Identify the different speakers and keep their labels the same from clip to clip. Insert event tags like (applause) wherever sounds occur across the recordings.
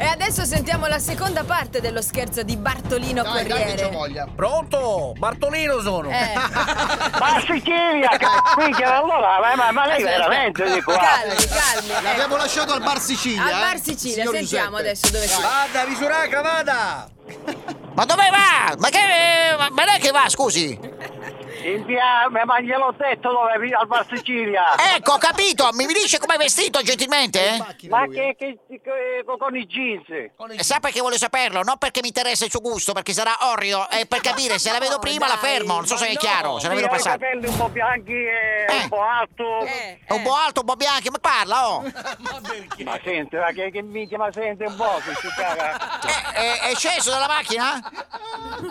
Speaker 1: Adesso sentiamo la seconda parte dello scherzo di Bartolino
Speaker 2: Dai, dai, che c'ho
Speaker 1: Corriere.
Speaker 2: voglia.
Speaker 3: Pronto? Bartolino sono.
Speaker 1: Eh.
Speaker 4: Ma Sicilia, ca- minchia, allora, ma, ma, ma lei
Speaker 1: Aspetta,
Speaker 4: veramente di qua?
Speaker 1: Calmi,
Speaker 2: eh,
Speaker 1: calmi. ecco.
Speaker 2: L'abbiamo lasciato al Bar Sicilia.
Speaker 1: Al Bar
Speaker 2: eh,
Speaker 1: Sicilia,
Speaker 2: signor
Speaker 1: sentiamo
Speaker 2: Giuseppe.
Speaker 1: adesso dove sei.
Speaker 3: (laughs) Vada, Visuraca, vada!
Speaker 5: Ma dove va? Ma che. Ma ma dai che va, scusi?
Speaker 4: In via, ma ma gliel'ho detto dove, al Bar Sicilia.
Speaker 5: Ecco, ho capito, mi mi dice come è vestito
Speaker 2: In
Speaker 5: gentilmente?
Speaker 2: macchina
Speaker 4: Ma
Speaker 2: lui, eh.
Speaker 4: che, che, che- con i jeans?
Speaker 5: E sa perché voglio saperlo, non perché mi interessa il suo gusto, perché sarà orrio, è per capire se la
Speaker 1: (laughs)
Speaker 5: vedo
Speaker 1: no,
Speaker 5: prima la
Speaker 1: dai,
Speaker 5: fermo, non so
Speaker 1: ma
Speaker 5: se è
Speaker 1: no.
Speaker 5: chiaro, se la
Speaker 4: Sì,
Speaker 5: vedo
Speaker 4: ha i
Speaker 5: passare.
Speaker 4: capelli un po' bianchi e
Speaker 5: Eh.
Speaker 4: un po' alto.
Speaker 1: Eh,
Speaker 5: È un
Speaker 1: eh.
Speaker 5: po' alto, un po' bianco, ma parla,
Speaker 1: (laughs)
Speaker 5: oh!
Speaker 4: Ma senti, ma che, che minchia, ma senti un po' che si caga.
Speaker 5: È, Eh, è- è sceso dalla macchina?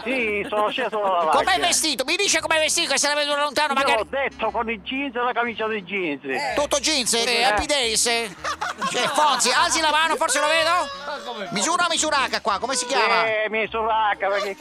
Speaker 4: Sì, sono sceso dalla macchina.
Speaker 5: Com'è vestito? Mi dice com'è vestito, che se la vedo da lontano
Speaker 4: Gliel'ho
Speaker 5: magari...
Speaker 4: detto con i jeans e la camicia dei jeans.
Speaker 5: Tutto jeans, eh, happy days, eh. Cioè, Fonzi, alzi la mano, forse lo vedo? Misura o misuraca qua, come si chiama?
Speaker 4: Eh, mi surracca perché...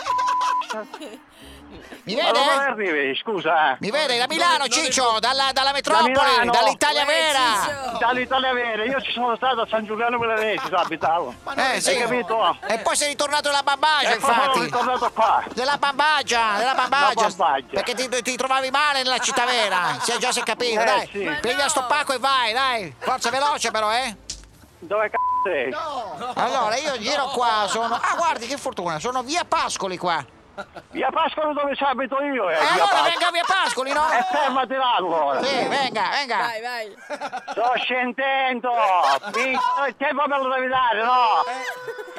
Speaker 5: Mi
Speaker 4: Ma dove
Speaker 5: vede?
Speaker 4: arrivi? Scusa. eh.
Speaker 5: Mi vede? Da Milano, Ciccio, dalla, dalla metropoli,
Speaker 4: Milano.
Speaker 5: dall'Italia
Speaker 1: Eh,
Speaker 5: vera!
Speaker 1: Ciccio.
Speaker 4: Dall'Italia Vera, io ci sono stato a San Giuliano Milanese, sa, abitavo.
Speaker 5: Eh, sì.
Speaker 4: Hai capito?
Speaker 5: E poi sei ritornato dalla bambagia,
Speaker 4: E poi sono
Speaker 5: infatti!
Speaker 4: ritornato qua.
Speaker 5: Della bambagia, della bambagia.
Speaker 4: La bambagia.
Speaker 5: Perché ti, ti trovavi male nella città
Speaker 4: (laughs)
Speaker 5: vera. Si è già si è capito,
Speaker 4: Eh,
Speaker 5: dai.
Speaker 4: sì. Ma
Speaker 5: Prendi
Speaker 1: no.
Speaker 5: a sto pacco e vai, dai. Forza veloce però, eh.
Speaker 4: Dove c***o sei?
Speaker 5: Allora, io giro qua, sono Ah, guardi che fortuna, sono via Pascoli qua.
Speaker 4: Via Pascolo dove ci abito io? eh,
Speaker 5: E
Speaker 4: via Eh, certo.
Speaker 5: allora
Speaker 4: Pascolo.
Speaker 5: venga via
Speaker 4: (laughs)
Speaker 5: Pascoli, no?
Speaker 4: E fermati là allora.
Speaker 5: Sì, venga, venga.
Speaker 1: Vai, vai.
Speaker 4: Sto scendendo. Minchia,
Speaker 5: Eh.
Speaker 4: Il tempo me lo devi dare, no?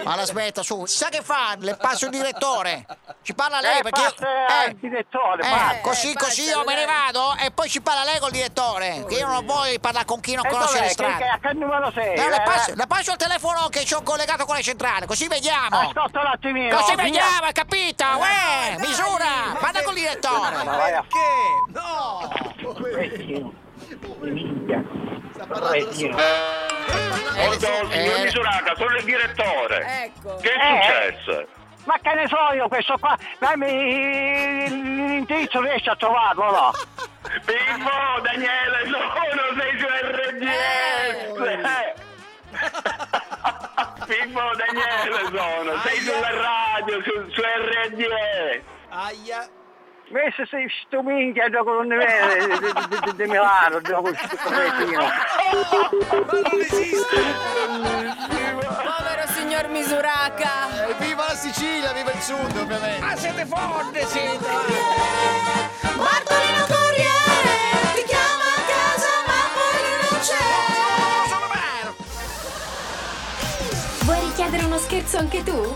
Speaker 5: Ma l'aspetta, su. Sa che fa? Le passo il direttore. Ci parla lei
Speaker 4: Eh,
Speaker 5: perché io-
Speaker 4: passa al direttore,
Speaker 5: eh,
Speaker 4: passa.
Speaker 5: così
Speaker 1: Eh,
Speaker 5: così
Speaker 1: passa,
Speaker 5: io me ne
Speaker 1: dai.
Speaker 5: vado e poi ci parla lei col direttore. Che io non voglio parlare con chi non
Speaker 4: E
Speaker 5: conosce le
Speaker 4: dov'è? Che,
Speaker 5: strade.
Speaker 4: che, a che numero sei?
Speaker 5: Eh,
Speaker 4: Eh,
Speaker 5: le, passo, le passo il telefono che ci ho collegato con la centrale, così vediamo.
Speaker 4: Ascolta un attimino.
Speaker 5: Così
Speaker 4: via.
Speaker 5: vediamo, hai capito? Uè,
Speaker 1: dai,
Speaker 5: misura,
Speaker 1: ma
Speaker 5: parla
Speaker 1: che-
Speaker 5: col
Speaker 4: Ma
Speaker 5: direttore.
Speaker 4: vai a
Speaker 3: Che? No!
Speaker 2: Sta parlando da solo.
Speaker 6: Pronto, signor Misurata, sono il direttore.
Speaker 1: Ecco.
Speaker 6: Che è
Speaker 4: Eh.
Speaker 6: successo?
Speaker 4: Ma che ne so io questo qua? Ma mi- l'indirizzo riesci a trovarlo, no?
Speaker 6: Pippo, Daniele, sono sei su (laughs) RGS. Pippo, Daniele, sono, sei sulla radio, su, su RGS.
Speaker 3: Aia!
Speaker 4: Questo sei sto minchia gioco con me di, di- di- di- di Milano, gioco con questo cretino.
Speaker 3: Ma non esiste!
Speaker 1: Povero signor Misuraca.
Speaker 2: E viva la Sicilia, viva il sud, ovviamente.
Speaker 3: Ma Ah, siete forti, siete!
Speaker 1: Bartolino Corriere ti chiama a casa ma poi lui non c'è.
Speaker 3: Sono bello!
Speaker 7: Vuoi richiedere uno scherzo anche tu?